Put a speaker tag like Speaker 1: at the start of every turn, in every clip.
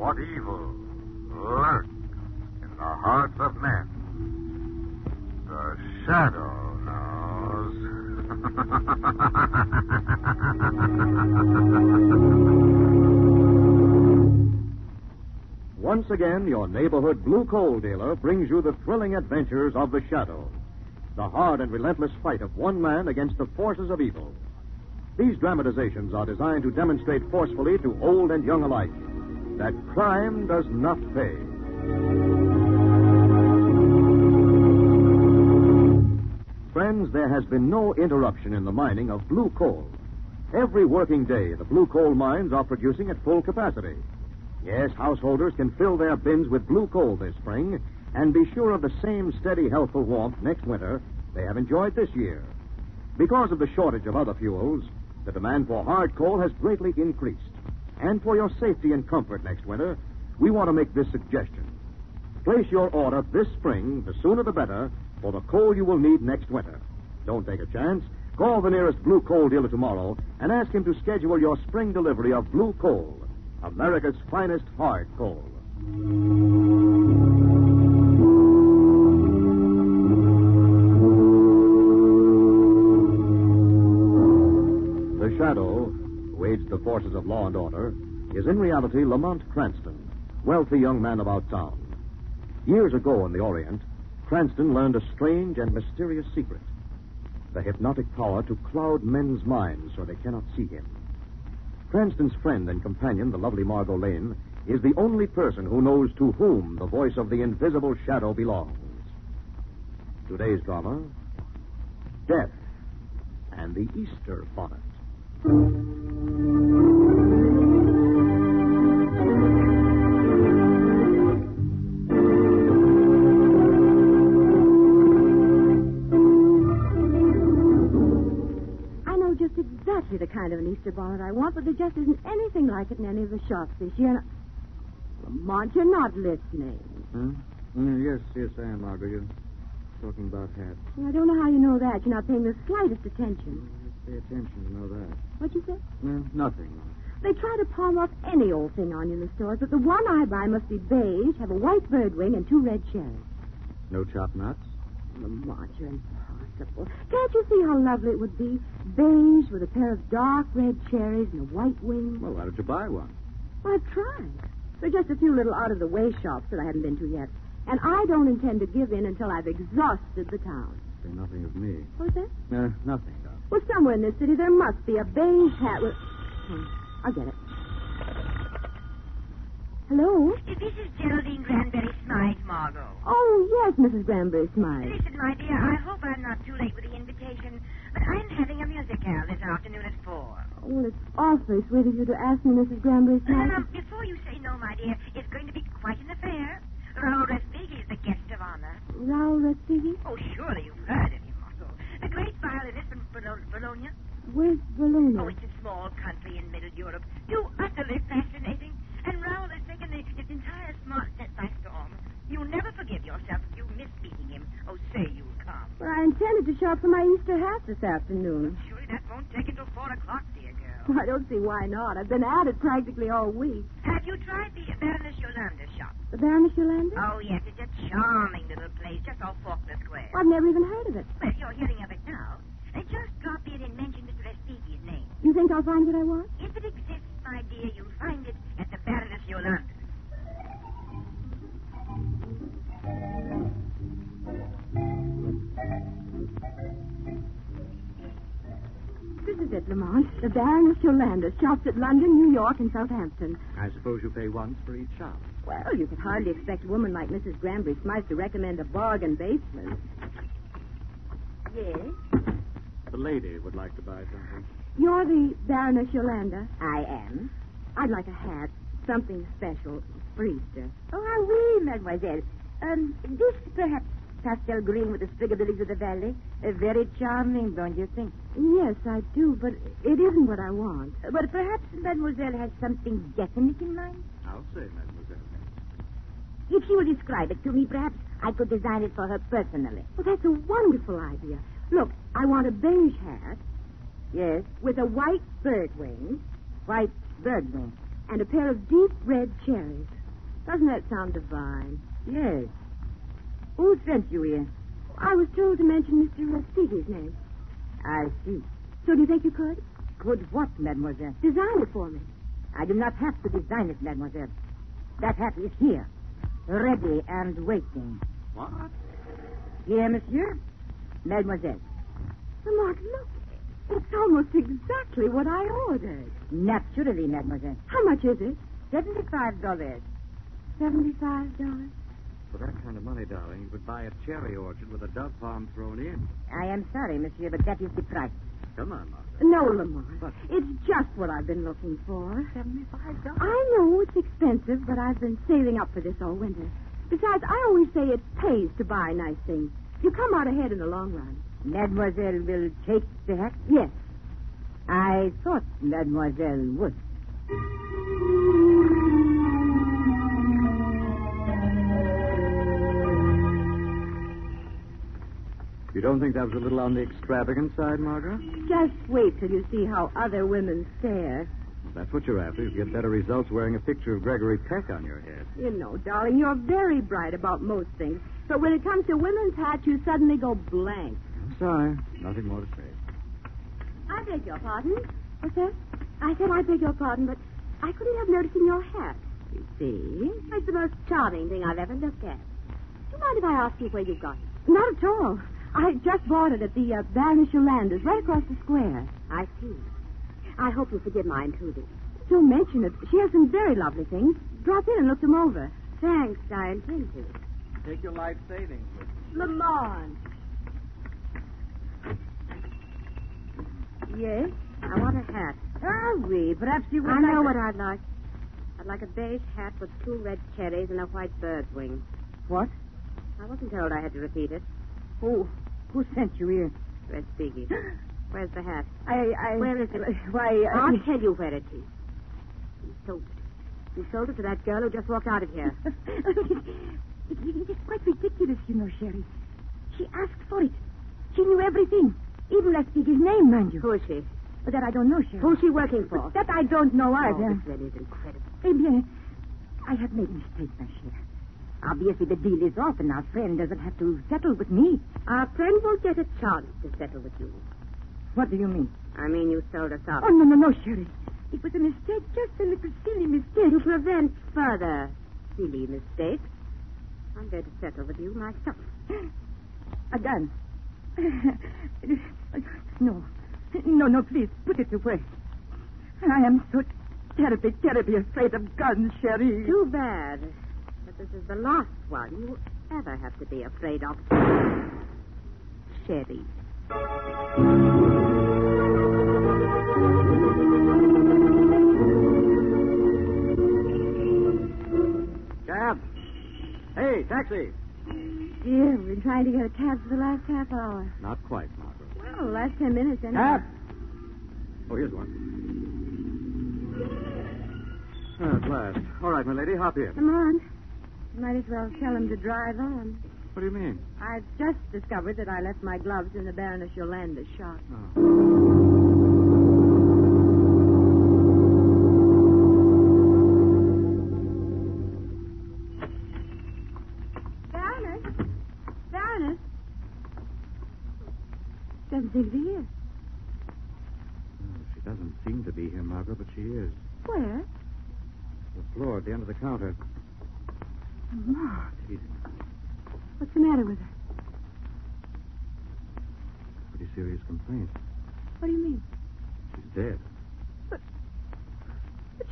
Speaker 1: of evil lurks in the hearts of men. The shadow knows.
Speaker 2: Once again, your neighborhood blue coal dealer brings you the thrilling adventures of the shadow, the hard and relentless fight of one man against the forces of evil. These dramatizations are designed to demonstrate forcefully to old and young alike that crime does not pay. Friends, there has been no interruption in the mining of blue coal. Every working day, the blue coal mines are producing at full capacity. Yes, householders can fill their bins with blue coal this spring and be sure of the same steady, healthful warmth next winter they have enjoyed this year. Because of the shortage of other fuels, the demand for hard coal has greatly increased. And for your safety and comfort next winter, we want to make this suggestion. Place your order this spring, the sooner the better, for the coal you will need next winter. Don't take a chance. Call the nearest blue coal dealer tomorrow and ask him to schedule your spring delivery of blue coal, America's finest hard coal. The shadow, who aids the forces of law and order, is in reality Lamont Cranston, wealthy young man about town. Years ago in the Orient, Cranston learned a strange and mysterious secret the hypnotic power to cloud men's minds so they cannot see him. Cranston's friend and companion, the lovely Margot Lane, is the only person who knows to whom the voice of the invisible shadow belongs. Today's drama Death and the Easter Bonnet.
Speaker 3: I know just exactly the kind of an Easter bonnet I want, but there just isn't anything like it in any of the shops this year. And I- Lamont, you're not listening.
Speaker 4: Huh? Uh, yes, yes, I am, Margaret. You're talking about hats.
Speaker 3: I don't know how you know that. You're not paying the slightest attention.
Speaker 4: Pay attention to know that.
Speaker 3: What'd you say?
Speaker 2: Hmm?
Speaker 4: Well, nothing.
Speaker 3: They try to palm off any old thing on you in the stores, but the one I buy must be beige, have a white bird wing, and two red cherries.
Speaker 4: No chopped nuts?
Speaker 3: Lamont, you're impossible. Can't you see how lovely it would be? Beige with a pair of dark red cherries and a white wing.
Speaker 4: Well, why don't you buy one?
Speaker 3: Well, I've tried. There are just a few little out of the way shops that I haven't been to yet. And I don't intend to give in until I've exhausted the town.
Speaker 4: Say nothing of me.
Speaker 3: What's that?
Speaker 4: Uh, nothing, Doc.
Speaker 3: Well, somewhere in this city there must be a beige hat with. Hmm, I'll get it. Hello?
Speaker 5: This is Geraldine Granberry Smythe, Margot.
Speaker 3: Oh, yes, Mrs. Granbury Smythe.
Speaker 5: Listen, my dear, I hope I'm not too late with the invitation, but I'm having a musicale this afternoon at four.
Speaker 3: Well, it's awfully sweet of you to ask me, Mrs. Granbury
Speaker 5: Now,
Speaker 3: Smythe.
Speaker 5: um, before you say no, my dear, it's going to be quite an affair. Raoul Respighi is the guest of honor.
Speaker 3: Raoul Respighi?
Speaker 5: Oh, surely you've heard of him, Margot. The great violinist from Bolo- Bologna.
Speaker 3: Where's Bologna?
Speaker 5: Oh, it's a small country in Middle Europe. Too utterly fascinating. And Raoul has taken the, his entire smart set by storm. You'll never forgive yourself if you miss meeting him. Oh, say you'll come.
Speaker 3: Well, I intended to shop for my Easter hat this afternoon.
Speaker 5: Surely that won't take until four o'clock, dear girl.
Speaker 3: I don't see why not. I've been at it practically all week.
Speaker 5: Have you tried the Baroness Yolanda shop?
Speaker 3: The Baroness Yolanda?
Speaker 5: Oh, yes, it's a charming little place just off Faulkner Square.
Speaker 3: I've never even heard of it.
Speaker 5: Well, you're hearing of it now. Uh, just drop in and mention Mr. Vestigi's name.
Speaker 3: You think I'll find what I want?
Speaker 5: If it exists, my dear, you'll find it at the Baroness Yolanda.
Speaker 3: This is it, Lamont. The Baroness Yolanda shops at London, New York, and Southampton.
Speaker 4: I suppose you pay once for each shop.
Speaker 3: Well, you could hardly expect a woman like Mrs. Granbury Smythe to recommend a bargain basement. Yes?
Speaker 4: The lady would like to buy something.
Speaker 3: You're the Baroness Yolanda.
Speaker 5: I am.
Speaker 3: I'd like a hat, something special for Easter.
Speaker 5: Oh, ah oui, mademoiselle. Um, this perhaps pastel green with a sprig of the lilies of the valley. Uh, very charming, don't you think?
Speaker 3: Yes, I do, but it isn't what I want.
Speaker 5: Uh, but perhaps mademoiselle has something definite in mind?
Speaker 4: I'll say, mademoiselle.
Speaker 5: If she will describe it to me, perhaps I could design it for her personally.
Speaker 3: Well, that's a wonderful idea. Look, I want a beige hat
Speaker 5: Yes,
Speaker 3: with a white bird wing
Speaker 5: white bird wing.
Speaker 3: and a pair of deep red cherries. Doesn't that sound divine? Yes. Who sent you here? I was told to mention Mr. Rodriguez's name. I see. So do you think you could?
Speaker 6: Could what, mademoiselle?
Speaker 3: Design it for me.
Speaker 6: I do not have to design it, mademoiselle. That hat is here, ready and waiting.
Speaker 7: What?
Speaker 6: Here, monsieur. Mademoiselle,
Speaker 3: Lamont, look. It's almost exactly what I ordered.
Speaker 6: naturally, mademoiselle.
Speaker 3: How much is it?
Speaker 6: Seventy-five dollars.
Speaker 3: Seventy-five dollars.
Speaker 2: For that kind of money, darling, you could buy a cherry orchard with a dove palm thrown in.
Speaker 6: I am sorry, monsieur, but that is the price.
Speaker 2: Come on, Margaret.
Speaker 3: No, Lamont.
Speaker 2: But-
Speaker 3: It's just what I've been looking for.
Speaker 5: Seventy-five dollars.
Speaker 3: I know it's expensive, but I've been saving up for this all winter. Besides, I always say it pays to buy nice things. You come out ahead in the long run.
Speaker 6: Mademoiselle will take the hat.
Speaker 3: Yes.
Speaker 6: I thought mademoiselle would.
Speaker 2: You don't think that was a little on the extravagant side, Margaret?
Speaker 3: Just wait till you see how other women stare.
Speaker 2: If that's what you're after. You get better results wearing a picture of Gregory Peck on your head.
Speaker 3: You know, darling, you're very bright about most things. But when it comes to women's hats, you suddenly go blank.
Speaker 2: I'm sorry. Nothing more to say.
Speaker 3: I beg your pardon. What's that? I said I beg your pardon, but I couldn't help noticing your hat. You see? It's the most charming thing I've ever looked at. Do you mind if I ask you where you got it? Not at all. I just bought it at the uh, Baron Shalander's, right across the square. I see. I hope you'll forgive my intruding. Don't mention it. She has some very lovely things. Drop in and look them over. Thanks, I intend to.
Speaker 2: Take your life savings.
Speaker 3: Lamont. Yes? I want a hat.
Speaker 6: Hurry, Oh, perhaps you would
Speaker 3: I
Speaker 6: like
Speaker 3: know
Speaker 6: a-
Speaker 3: what I'd like. I'd like a beige hat with two red cherries and a white bird's wing.
Speaker 6: What?
Speaker 3: I wasn't told I had to repeat it.
Speaker 6: Who? Who sent you here?
Speaker 3: Where's Biggie? Where's the hat?
Speaker 6: I, I.
Speaker 3: Where is it?
Speaker 6: Why, uh, I.
Speaker 3: I'll tell you where it is. You sold it. You sold it to that girl who just walked out of here.
Speaker 6: It- it- it's quite ridiculous, you know, Sherry. She asked for it. She knew everything. Even left his name, mind you.
Speaker 3: Who is she?
Speaker 6: But that I don't know, Sherry.
Speaker 3: Who's she working for?
Speaker 6: That I don't know
Speaker 3: Oh,
Speaker 6: either.
Speaker 3: this really is incredible.
Speaker 6: Eh bien, I have made a mistake, my Sherry. Obviously, the deal is off, and our friend doesn't have to settle with me.
Speaker 3: Our friend won't get a chance to settle with you.
Speaker 6: What do you mean?
Speaker 3: I mean, you sold us out.
Speaker 6: Oh, no, no, no, Sherry. It was a mistake, just a little silly mistake.
Speaker 3: To prevent further silly mistakes, I'm going to settle with you myself.
Speaker 6: A gun. no. No, no, please, put it away. I am so terribly, terribly afraid of guns, Sherry.
Speaker 3: Too bad. But this is the last one you ever have to be afraid of. Sherry.
Speaker 2: Cab! Hey, taxi!
Speaker 3: Dear, we've been trying to get a cab for the last half hour.
Speaker 2: Not quite, Margaret.
Speaker 3: Well, the last ten minutes, anyway.
Speaker 2: Cab! Oh, here's one. Ah, At last. All right, my lady, hop in.
Speaker 3: Come on. Might as well tell him to drive on.
Speaker 2: What do you mean?
Speaker 3: I've just discovered that I left my gloves in the Baroness Yolanda's shop. Baroness? Baroness? Doesn't seem to be here.
Speaker 2: She doesn't seem to be here, Margaret, but she is.
Speaker 3: Where?
Speaker 2: The floor at the end of the counter.
Speaker 3: Lamont.
Speaker 2: Easy.
Speaker 3: What's the matter with her?
Speaker 2: Pretty serious complaint.
Speaker 3: What do you mean?
Speaker 2: She's dead.
Speaker 3: But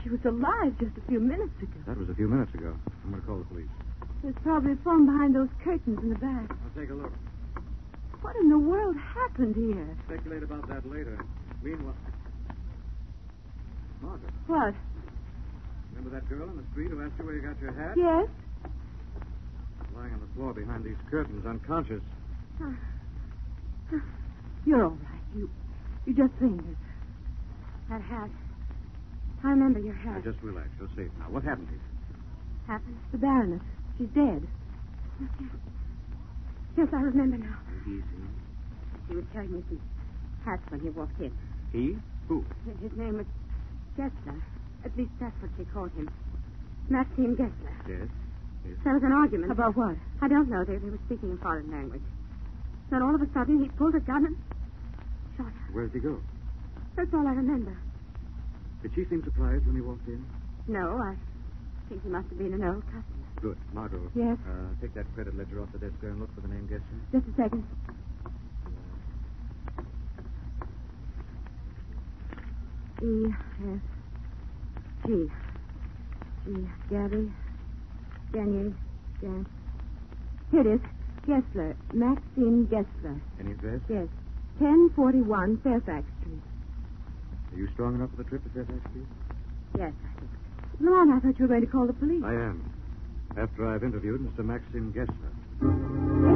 Speaker 3: she was alive just a few minutes ago.
Speaker 2: That was a few minutes ago. I'm going to call the police.
Speaker 3: There's probably a phone behind those curtains in the back.
Speaker 2: I'll take a look.
Speaker 3: What in the world happened here?
Speaker 2: Speculate about that later. Meanwhile. Margaret,
Speaker 3: What?
Speaker 2: remember that girl on the street who asked you where you got your hat?
Speaker 3: Yes?
Speaker 2: Lying on the floor behind these curtains, unconscious.
Speaker 3: You're all right. You, you just fainted. That hat. I remember your
Speaker 2: Now,
Speaker 3: hat.
Speaker 2: just relax. You're safe now. What happened to you?
Speaker 3: Happened? The Baroness. She's dead. Yes, I remember now.
Speaker 2: Easy.
Speaker 3: He was telling me some hats when he walked in.
Speaker 2: He? Who?
Speaker 3: His name was Chester. At least that's what she called him.
Speaker 8: Maxim Gessler.
Speaker 9: Yes?
Speaker 8: There was an argument.
Speaker 3: About what?
Speaker 8: I don't know. They, they were speaking in foreign language. Then all of a sudden, he pulled a gun and shot her.
Speaker 9: Where did he go?
Speaker 8: That's all I remember.
Speaker 9: Did she seem surprised when he walked in?
Speaker 8: No, I think he must have been an old customer.
Speaker 9: Good. Margot.
Speaker 3: Yes?
Speaker 9: Uh, take that credit ledger off the desk there and look for the name gesture.
Speaker 3: Just a second. E S G. G. Gabby. Daniel. Dan. Here it is. Gessler. Maxine Gessler.
Speaker 9: Any address?
Speaker 3: Yes. 1041 Fairfax Street.
Speaker 9: Are you strong enough for the trip to Fairfax Street?
Speaker 8: Yes, I think.
Speaker 3: Lon, I thought you were going to call the police.
Speaker 9: I am. After I've interviewed Mr. Maxim Gessler.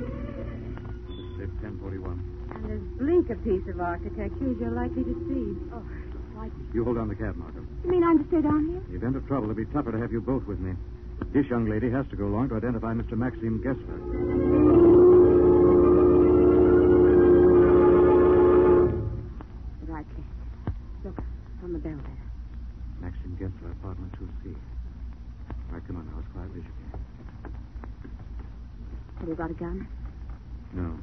Speaker 9: Just said 1041.
Speaker 3: And as blink a piece of architecture as you're likely to see.
Speaker 8: Oh, why?
Speaker 9: You hold on the cab, Margot.
Speaker 8: You mean I'm to stay down here?
Speaker 9: In the event of trouble, it'd be tougher to have you both with me. This young lady has to go along to identify Mr. Maxim Gessler.
Speaker 8: But I can't. Look, on the bell there.
Speaker 9: Maxim Gessler, apartment 2C. All right, come on now, as quietly as you can.
Speaker 8: Have you got a gun?
Speaker 9: No.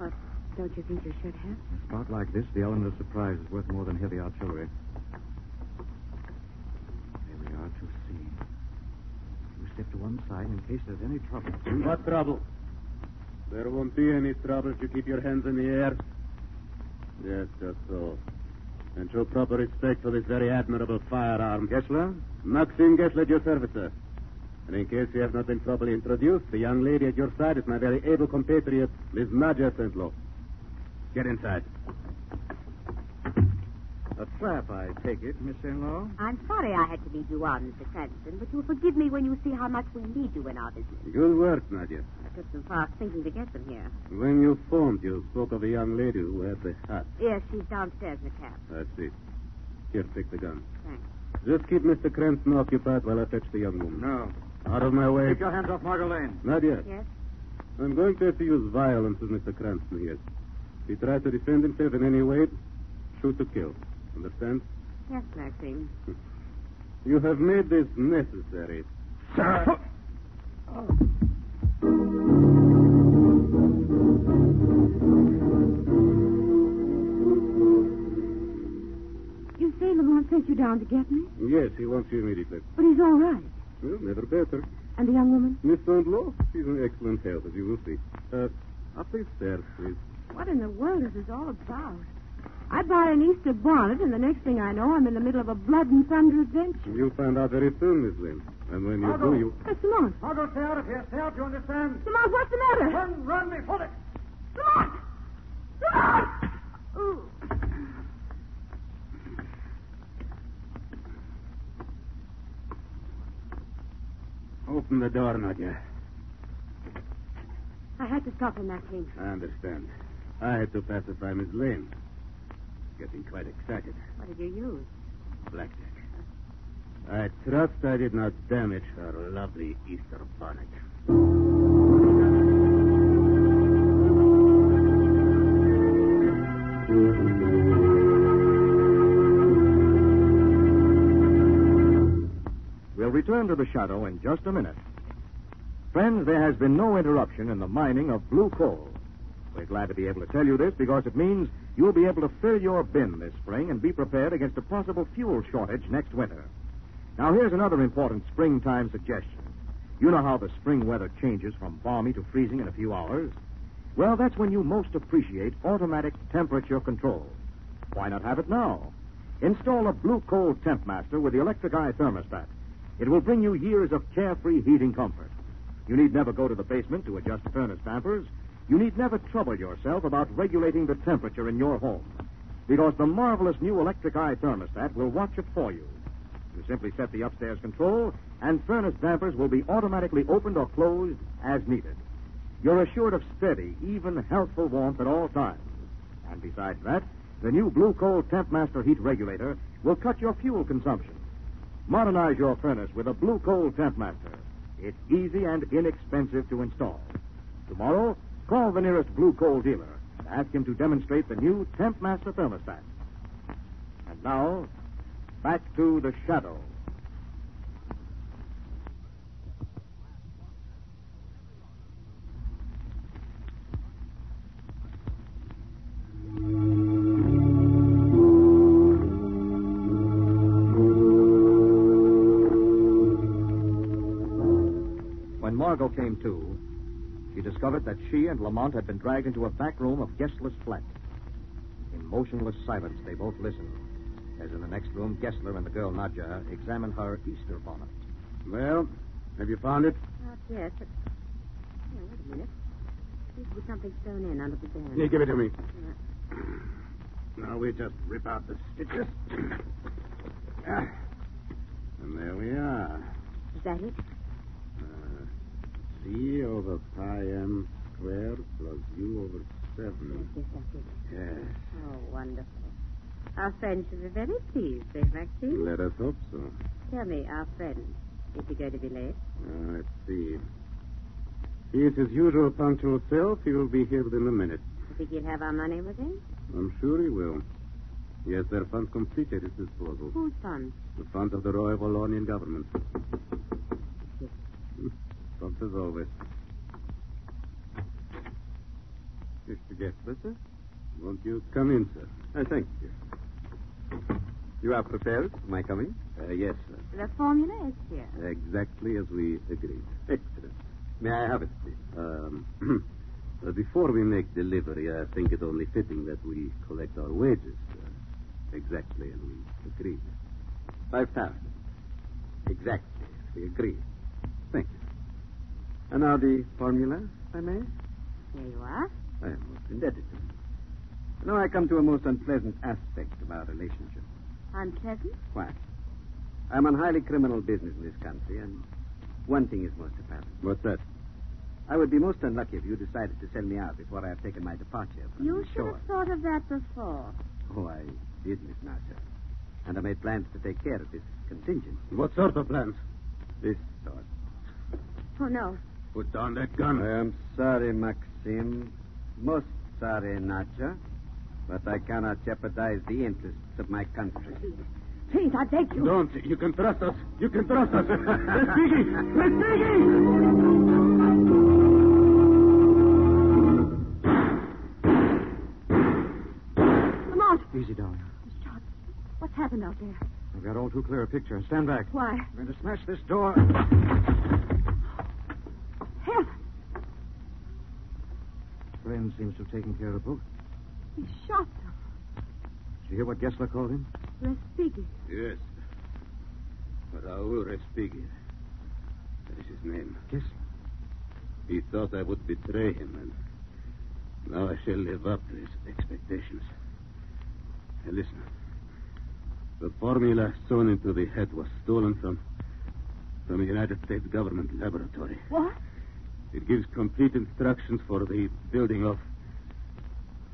Speaker 8: Or don't you think you should have?
Speaker 9: In a spot like this, the element of surprise is worth more than heavy artillery. There we are, 2C. You step to one side in case there's any trouble.
Speaker 1: What trouble? There won't be any trouble if you keep your hands in the air. Yes, just so. And show proper respect for this very admirable firearm.
Speaker 9: Gessler?
Speaker 1: Maxim Gessler, at your service, sir. And in case you have not been properly introduced, the young lady at your side is my very able compatriot, Miss Nadja Sentlo. Get inside.
Speaker 9: A trap, I take it, Miss St. Law?
Speaker 8: I'm sorry I had to lead you on, Mr. Cranston, but you'll forgive me when you see how much we need you in our business.
Speaker 1: Good work, Nadja.
Speaker 8: I took some fast thinking to get them here.
Speaker 1: When you phoned, you spoke of a young lady who had the hat.
Speaker 8: Yes, she's downstairs in the cab.
Speaker 1: I see. Here, take the gun.
Speaker 9: Hmm.
Speaker 8: Thanks.
Speaker 1: Just keep Mr. Cranston occupied while I fetch the young woman.
Speaker 9: No.
Speaker 1: Out of my way.
Speaker 9: Take your hands off Margot Lane.
Speaker 1: Nadia,
Speaker 8: Yes?
Speaker 1: I'm going to have to use violence with Mr. Cranston here. If he tries to defend himself in any way, shoot to kill. Understand?
Speaker 8: Yes, Maxine.
Speaker 1: You have made this necessary.
Speaker 10: Sir!
Speaker 3: You say Lamont sent you down to get me?
Speaker 1: Yes, he wants you immediately.
Speaker 3: But he's all right.
Speaker 1: Well, never better.
Speaker 3: And the young woman?
Speaker 1: Miss Sandlaw, she's in excellent health, as you will see. Uh, up these stairs, please.
Speaker 3: What in the world is this all about? I buy an Easter bonnet, and the next thing I know, I'm in the middle of a blood and thunder adventure.
Speaker 1: You'll find out very soon, Miss Lynn. And when you
Speaker 9: Margot.
Speaker 1: do, you...
Speaker 3: That's Lamont.
Speaker 9: Margot, stay out of here. Stay out, you understand?
Speaker 3: Lamont, what's the matter?
Speaker 9: Run, run before it.
Speaker 3: Lamont! Lamont! Oh.
Speaker 1: Open the door, Nadia.
Speaker 8: I had to stop him, Maxine.
Speaker 1: I understand. I had to pacify Miss Lane. Getting quite excited.
Speaker 8: What did you use?
Speaker 1: Blackjack. I trust I did not damage her lovely Easter bonnet.
Speaker 2: We'll return to the shadow in just a minute. Friends, there has been no interruption in the mining of blue coal. We're glad to be able to tell you this because it means you'll be able to fill your bin this spring and be prepared against a possible fuel shortage next winter. Now, here's another important springtime suggestion. You know how the spring weather changes from balmy to freezing in a few hours? Well, that's when you most appreciate automatic temperature control. Why not have it now? Install a Blue Coal Temp Master with the electric eye thermostat. It will bring you years of carefree heating comfort. You need never go to the basement to adjust furnace dampers. You need never trouble yourself about regulating the temperature in your home because the marvelous new electric eye thermostat will watch it for you. You simply set the upstairs control, and furnace dampers will be automatically opened or closed as needed. You're assured of steady, even healthful warmth at all times. And besides that, the new Blue Coal Temp Master heat regulator will cut your fuel consumption. Modernize your furnace with a Blue Coal Temp Master. It's easy and inexpensive to install.
Speaker 7: Tomorrow, call the nearest blue coal dealer and ask him to demonstrate the new Tempmaster thermostat. And now, back to the shadow. When Margot came to, she discovered that she and Lamont had been dragged into a back room of Gessler's flat. In motionless silence, they both listened. As in the next room, Gessler and the girl Nadja examined her Easter bonnet.
Speaker 11: Well, have you found it?
Speaker 3: Not yet, Oh, but... Now, wait a minute. Seems to be something sewn in under the band.
Speaker 11: Yeah, give it to me.
Speaker 3: Yeah.
Speaker 11: Now we just rip out the stitches. Ah. and there we are.
Speaker 3: Is that it?
Speaker 11: Uh, C over pi m squared plus u over 7.
Speaker 3: Yes, that's it.
Speaker 11: Yes.
Speaker 3: Oh, wonderful. Our friends should be very pleased, eh, Maxine?
Speaker 11: Let us hope so.
Speaker 3: Tell me, our friend, is he going to be late?
Speaker 11: Uh, let's see. He is his usual punctual self. He will be here within a minute.
Speaker 3: You think he'll have our money with him?
Speaker 11: I'm sure he will. He has their funds completely at his disposal.
Speaker 3: Who's fun?
Speaker 11: The funds of the Royal Wallonian government.
Speaker 3: Yes.
Speaker 11: Prompt as always. Mr. Gessler, sir? Won't you come in, sir?
Speaker 2: I Uh, thank you. You are prepared for my coming?
Speaker 11: Uh, yes, sir.
Speaker 3: The formula is here.
Speaker 11: Exactly as we agreed.
Speaker 2: Excellent. May I have it, please?
Speaker 11: Um, uh, before we make delivery, I think it only fitting that we collect our wages, sir. Exactly as we agreed.
Speaker 2: Five thousand. Exactly. We agree. Thank you. And now the formula, if I may?
Speaker 3: Here you are.
Speaker 2: I am most indebted to you. You know, I come to a most unpleasant aspect of our relationship.
Speaker 3: Unpleasant?
Speaker 2: Why? I'm on highly criminal business in this country, and one thing is most apparent.
Speaker 11: What's that?
Speaker 2: I would be most unlucky if you decided to sell me out before I have taken my departure from
Speaker 3: You
Speaker 2: the
Speaker 3: should
Speaker 2: shore.
Speaker 3: have thought of that before.
Speaker 2: Oh, I did, Miss Nasha. And I made plans to take care of this contingency.
Speaker 11: What sort of plans?
Speaker 2: This sort.
Speaker 3: Oh, no.
Speaker 11: Put down that gun.
Speaker 1: Uh,
Speaker 2: I am sorry, Maxim. Most sorry, Nadja. But I cannot jeopardize the interests of my country.
Speaker 3: Please, I beg you.
Speaker 11: Don't. You can trust us. You can trust us. Let's dig Let's dig
Speaker 3: Lamont!
Speaker 2: Easy, darling.
Speaker 3: Shot. What's happened out there?
Speaker 2: I've got all too clear a picture. Stand back.
Speaker 3: Why?
Speaker 2: I'm going to smash this door.
Speaker 3: Heaven!
Speaker 2: Friend seems to have taken care of both.
Speaker 3: He shot them.
Speaker 2: Did you hear what Gessler called him?
Speaker 3: They're speaking.
Speaker 11: Yes. Raoul Respighi. That is his name.
Speaker 2: Gessler.
Speaker 11: He thought I would betray him, and now I shall live up to his expectations. Now listen. The formula sewn into the head was stolen from from a United States government laboratory.
Speaker 3: What?
Speaker 11: It gives complete instructions for the building of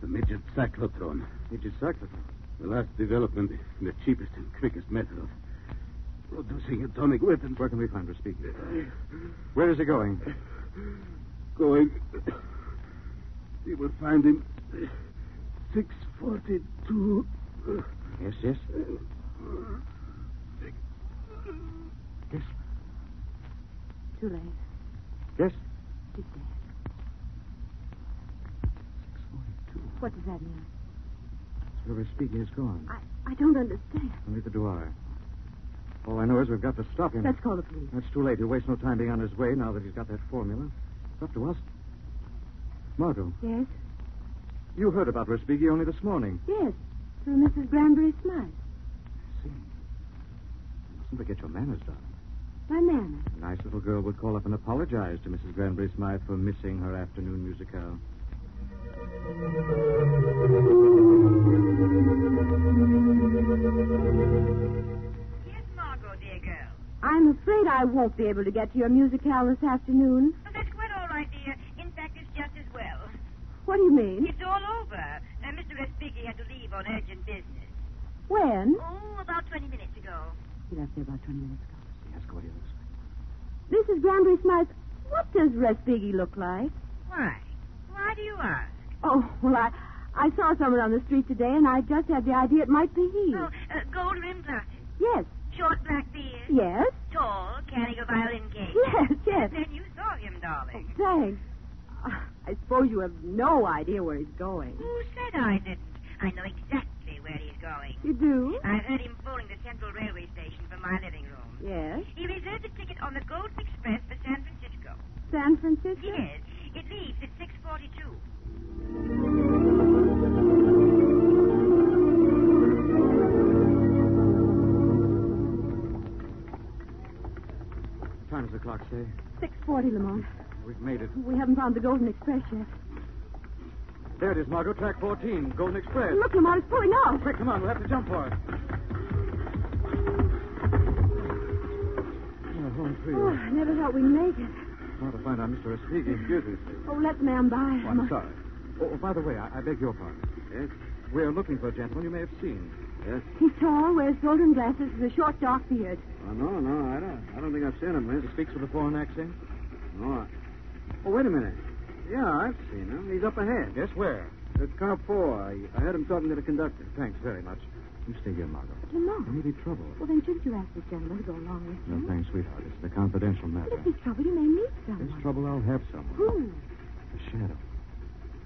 Speaker 11: the midget cyclotron.
Speaker 2: Midget cyclotron.
Speaker 11: The last development, and the cheapest and quickest method of producing atomic weapons.
Speaker 2: Where can we find Respighi? Where is he going?
Speaker 11: Going. You will find him. 642.
Speaker 2: Yes, yes. Yes.
Speaker 3: Too late.
Speaker 2: Yes.
Speaker 3: He's dead. What does that mean?
Speaker 2: Where Respighi is gone.
Speaker 3: I, I don't understand.
Speaker 2: Neither do I. All I know is we've got to stop him.
Speaker 3: Let's call the police.
Speaker 2: That's too late. He'll waste no time being on his way now that he's got that formula. It's up to us. Margot,
Speaker 3: Yes?
Speaker 2: you heard about Respighi only this morning.
Speaker 3: Yes. Through Mrs. Granbury's smile.
Speaker 2: See. You mustn't forget your manners, darling.
Speaker 3: My manner.
Speaker 2: A nice little girl would call up and apologize to Mrs. Granbury Smythe for missing her afternoon musicale.
Speaker 5: Yes, Margot, dear girl.
Speaker 3: I'm afraid I won't be able to get to your musicale this afternoon.
Speaker 5: But that's quite all right, dear. In fact, it's just as well.
Speaker 3: What do you mean?
Speaker 5: It's all over. Uh, Mr. Respighi had to leave on urgent business.
Speaker 3: When?
Speaker 5: Oh, about 20 minutes ago.
Speaker 3: He left here about 20 minutes ago.
Speaker 2: See, ask what he looks like.
Speaker 3: Mrs. Granbury Smythe, what does Respighi look like?
Speaker 5: Why? Why do you ask?
Speaker 3: Oh, well, I, I saw someone on the street today, and I just had the idea it might be he.
Speaker 5: Oh, uh, gold rimmed glasses,
Speaker 3: Yes,
Speaker 5: short black beard,
Speaker 3: yes,
Speaker 5: tall, carrying a violin case.
Speaker 3: yes, yes.
Speaker 5: Then you saw him, darling.
Speaker 3: Thanks. I suppose you have no idea where he's going.
Speaker 5: Who said I didn't? I know exactly where he's going.
Speaker 3: You do?
Speaker 5: I heard him phoning the Central Railway Station from my living room.
Speaker 3: Yes.
Speaker 5: He reserved a ticket on the Golden Express for San Francisco.
Speaker 3: San Francisco?
Speaker 5: Yes, it leaves at 6.42.
Speaker 2: What time does the clock say?
Speaker 3: 6.40, Lamont.
Speaker 2: We've made it.
Speaker 3: We haven't found the Golden Express yet.
Speaker 2: There it is, Margot. Track 14, Golden Express.
Speaker 3: Look, Lamont, it's pulling off.
Speaker 2: Quick, come on. We'll have to jump for it. Oh, home free.
Speaker 3: Oh, I never thought we'd make it.
Speaker 2: Now to find out Mr. Respighi. Excuse me, please.
Speaker 3: Oh, let the man by.
Speaker 2: Oh, I'm sorry. Oh, by the way, I, I beg your pardon. Yes? We're looking for a gentleman you may have seen. Yes?
Speaker 3: He's tall, wears golden glasses, with a short, dark beard.
Speaker 2: Oh, no, no, I don't. I don't think I've seen him, Liz. He speaks with a foreign accent? No. I... Oh, wait a minute. Yeah, I've seen him. He's up ahead. Yes, where? At car four. I, I heard him talking to the conductor. Thanks very much. You stay here, Margot.
Speaker 3: Lamont.
Speaker 2: There may be trouble.
Speaker 3: Well, then shouldn't you ask this gentleman to go along with you?
Speaker 2: No, thanks, sweetheart. It's a confidential
Speaker 3: But
Speaker 2: matter.
Speaker 3: if there's trouble, you may meet
Speaker 2: There's
Speaker 3: someone.
Speaker 2: trouble, I'll have someone.
Speaker 3: Who?
Speaker 2: A shadow.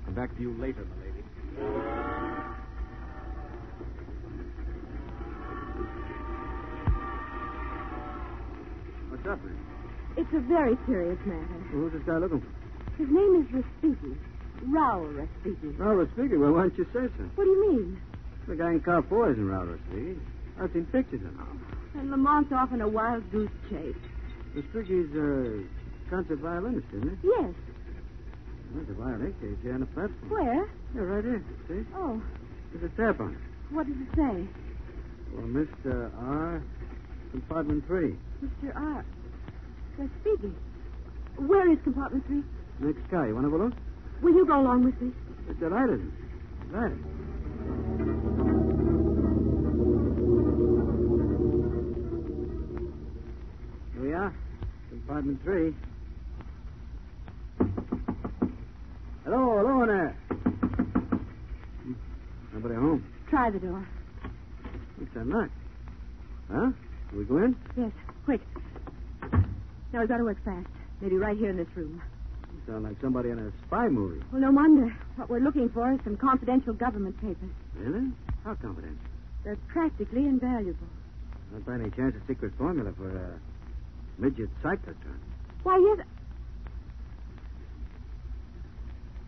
Speaker 2: Come back to you later, my lady. What's happening?
Speaker 3: It's a very serious matter.
Speaker 2: Who's this guy looking for?
Speaker 3: His name is Rafiki. Raul Rafiki.
Speaker 2: Robert Speaker. Well, why don't you say so?
Speaker 3: What do you mean?
Speaker 2: The guy in car four isn't Robert Speaker. I've seen pictures of him.
Speaker 3: And Lamont's off on a wild goose chase.
Speaker 2: The Speaker's a concert violinist, isn't he?
Speaker 3: Yes.
Speaker 2: There's a violin case here on the platform.
Speaker 3: Where?
Speaker 2: Yeah, right here. See?
Speaker 3: Oh,
Speaker 2: There's a tap on it.
Speaker 3: what does it say?
Speaker 2: Well, Mr. R, compartment three.
Speaker 3: Mr. R. Rafiki. Where is compartment three?
Speaker 2: Next guy. You want to have a look?
Speaker 3: Will you go along with me?
Speaker 2: It's delighted. Delighted. Here we are. Compartment three. Hello, hello in there. Hmm, Nobody home.
Speaker 3: Try the door.
Speaker 2: It's a knock. Huh? Can we go in?
Speaker 3: Yes, quick. Now we've got to work fast. Maybe right here in this room.
Speaker 2: You sound like somebody in a spy movie.
Speaker 3: Well, no wonder. What we're looking for is some confidential government papers.
Speaker 2: Really? How confident?
Speaker 3: They're practically invaluable.
Speaker 2: Not by any chance a secret formula for a midget cyclist, huh?
Speaker 3: Why, yes.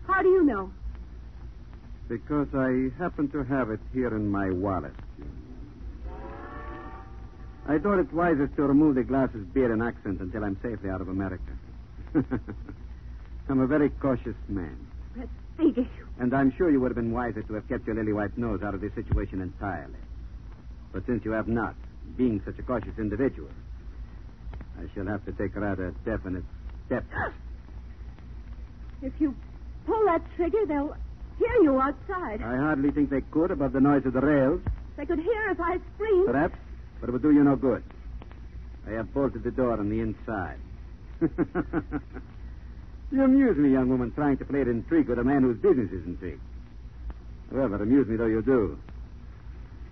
Speaker 3: How do you know?
Speaker 2: Because I happen to have it here in my wallet. I thought it wisest to remove the glasses, beard, and accent until I'm safely out of America. I'm a very cautious man,
Speaker 3: Figgy.
Speaker 2: and I'm sure you would have been wiser to have kept your lily white nose out of this situation entirely. But since you have not, being such a cautious individual, I shall have to take rather definite steps.
Speaker 3: If you pull that trigger, they'll hear you outside.
Speaker 2: I hardly think they could above the noise of the rails.
Speaker 3: They could hear if I screamed.
Speaker 2: Perhaps, but it would do you no good. I have bolted the door on the inside. you amuse me, young woman, trying to play at intrigue with a man whose business is intrigue. However, amuse me though you do.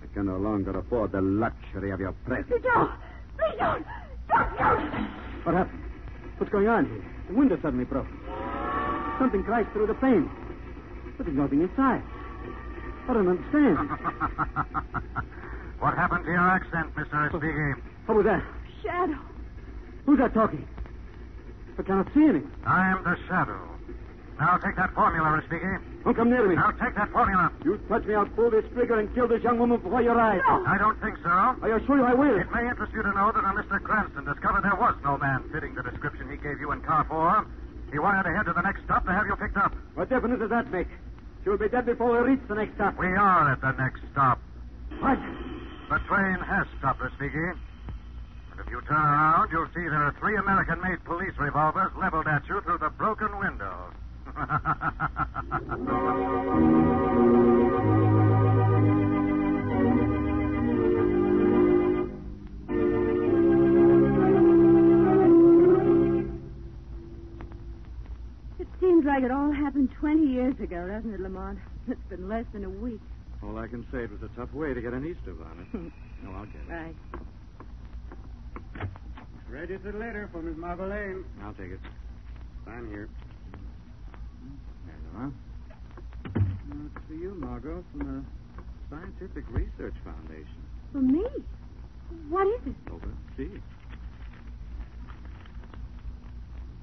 Speaker 2: I can no longer afford the luxury of your presence.
Speaker 3: Don't! Please don't! Don't! don't.
Speaker 2: What happened? What's going on here? The window suddenly broke. Something crashed through the pane. But there's nothing inside. I don't understand.
Speaker 1: what happened to your accent, Mr. Espighi?
Speaker 2: What was that?
Speaker 3: Shadow.
Speaker 2: Who's that talking? I cannot see anything.
Speaker 1: I am the shadow. Now take that formula, Espighi.
Speaker 2: Don't come near me.
Speaker 1: Now take that formula.
Speaker 2: You touch me, I'll pull this trigger and kill this young woman before your eyes.
Speaker 1: I don't think so.
Speaker 2: I assure you I will.
Speaker 1: It may interest you to know that when Mr. Cranston discovered there was no man fitting the description he gave you in car four, he wired ahead to the next stop to have you picked up.
Speaker 2: What difference does that make? She'll be dead before we reach the next stop.
Speaker 1: We are at the next stop.
Speaker 2: What?
Speaker 1: The train has stopped, Respighi. And if you turn around, you'll see there are three American made police revolvers leveled at you through the broken window.
Speaker 3: It seems
Speaker 12: Seems like it all happened 20 years ago, doesn't it, Lamont? It's been less than a week.
Speaker 6: All I can say, it was a tough way to get an Easter bonnet. no, I'll get it.
Speaker 12: Right.
Speaker 1: Registered letter for Miss Margolane.
Speaker 6: I'll take it.
Speaker 1: I'm here.
Speaker 6: There you are. Now, it's for you, Margot, from the Scientific Research Foundation.
Speaker 12: For me?
Speaker 3: What is it?
Speaker 6: Over. See.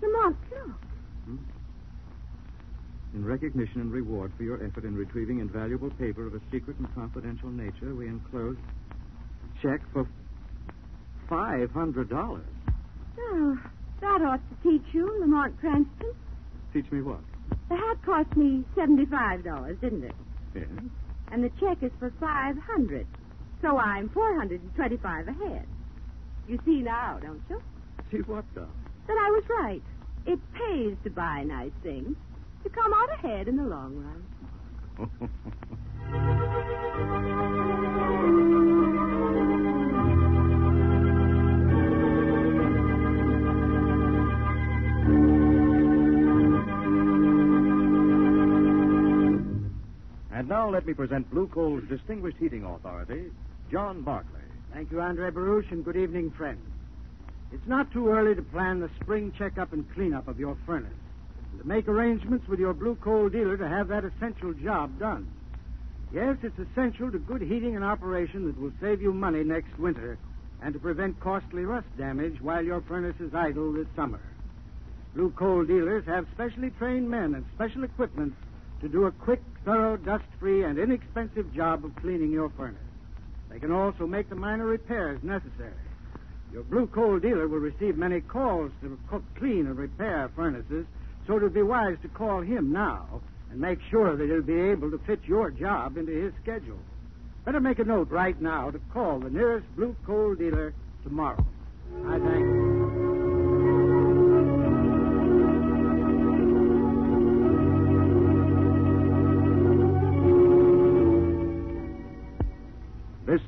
Speaker 3: Lamont, look.
Speaker 6: In recognition and reward for your effort in retrieving invaluable paper of a secret and confidential nature, we enclose a check for five hundred dollars.
Speaker 3: Oh, that ought to teach you, Lamont Cranston.
Speaker 6: Teach me what?
Speaker 3: The hat cost me $75, didn't it?
Speaker 6: Yes.
Speaker 3: And the check is for 500 So I'm 425 ahead. You see now, don't you?
Speaker 6: See what the?
Speaker 3: That I was right. It pays to buy nice things. You come out ahead in the long run.
Speaker 2: And now let me present Blue Coal's distinguished heating authority, John Barclay.
Speaker 6: Thank you, Andre Baruch, and good evening, friends. It's not too early to plan the spring checkup and cleanup of your furnace, and to make arrangements with your blue coal dealer to have that essential job done. Yes, it's essential to good heating and operation that will save you money next winter and to prevent costly rust damage while your furnace is idle this summer. Blue coal dealers have specially trained men and special equipment to do a quick, thorough, dust free, and inexpensive job of cleaning your furnace. They can also make the minor repairs necessary. Your blue coal dealer will receive many calls to cook, clean and repair furnaces, so it would be wise to call him now and make sure that he'll be able to fit your job into his schedule. Better make a note right now to call the nearest blue coal dealer tomorrow. I thank you.
Speaker 2: This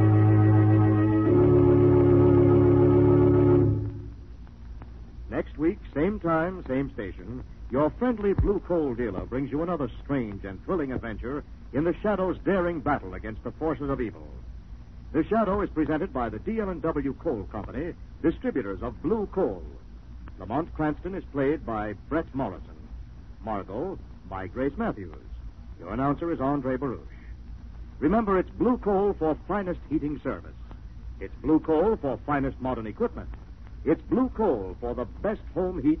Speaker 2: next week, same time, same station, your friendly blue coal dealer brings you another strange and thrilling adventure in The Shadow's daring battle against the forces of evil. The Shadow is presented by the DL&W Coal Company, distributors of blue coal. Lamont Cranston is played by Brett Morrison. Margot by Grace Matthews. Your announcer is Andre Baruch. Remember, it's blue coal for finest heating service. It's blue coal for finest modern equipment. It's blue coal for the best home heat